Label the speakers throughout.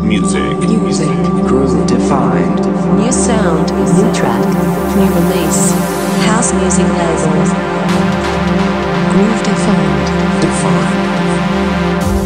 Speaker 1: Music.
Speaker 2: Music.
Speaker 3: Groove defined.
Speaker 2: New sound. New track. New release. House music labels. Groove defined.
Speaker 3: Defined.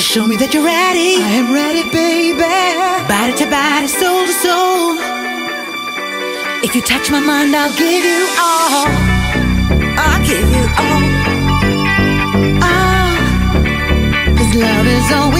Speaker 4: show me that you're ready.
Speaker 3: I am ready, baby.
Speaker 4: Body to body, soul to soul. If you touch my mind, I'll give you all. I'll give you all. Ah, oh. cause love is all we Ah,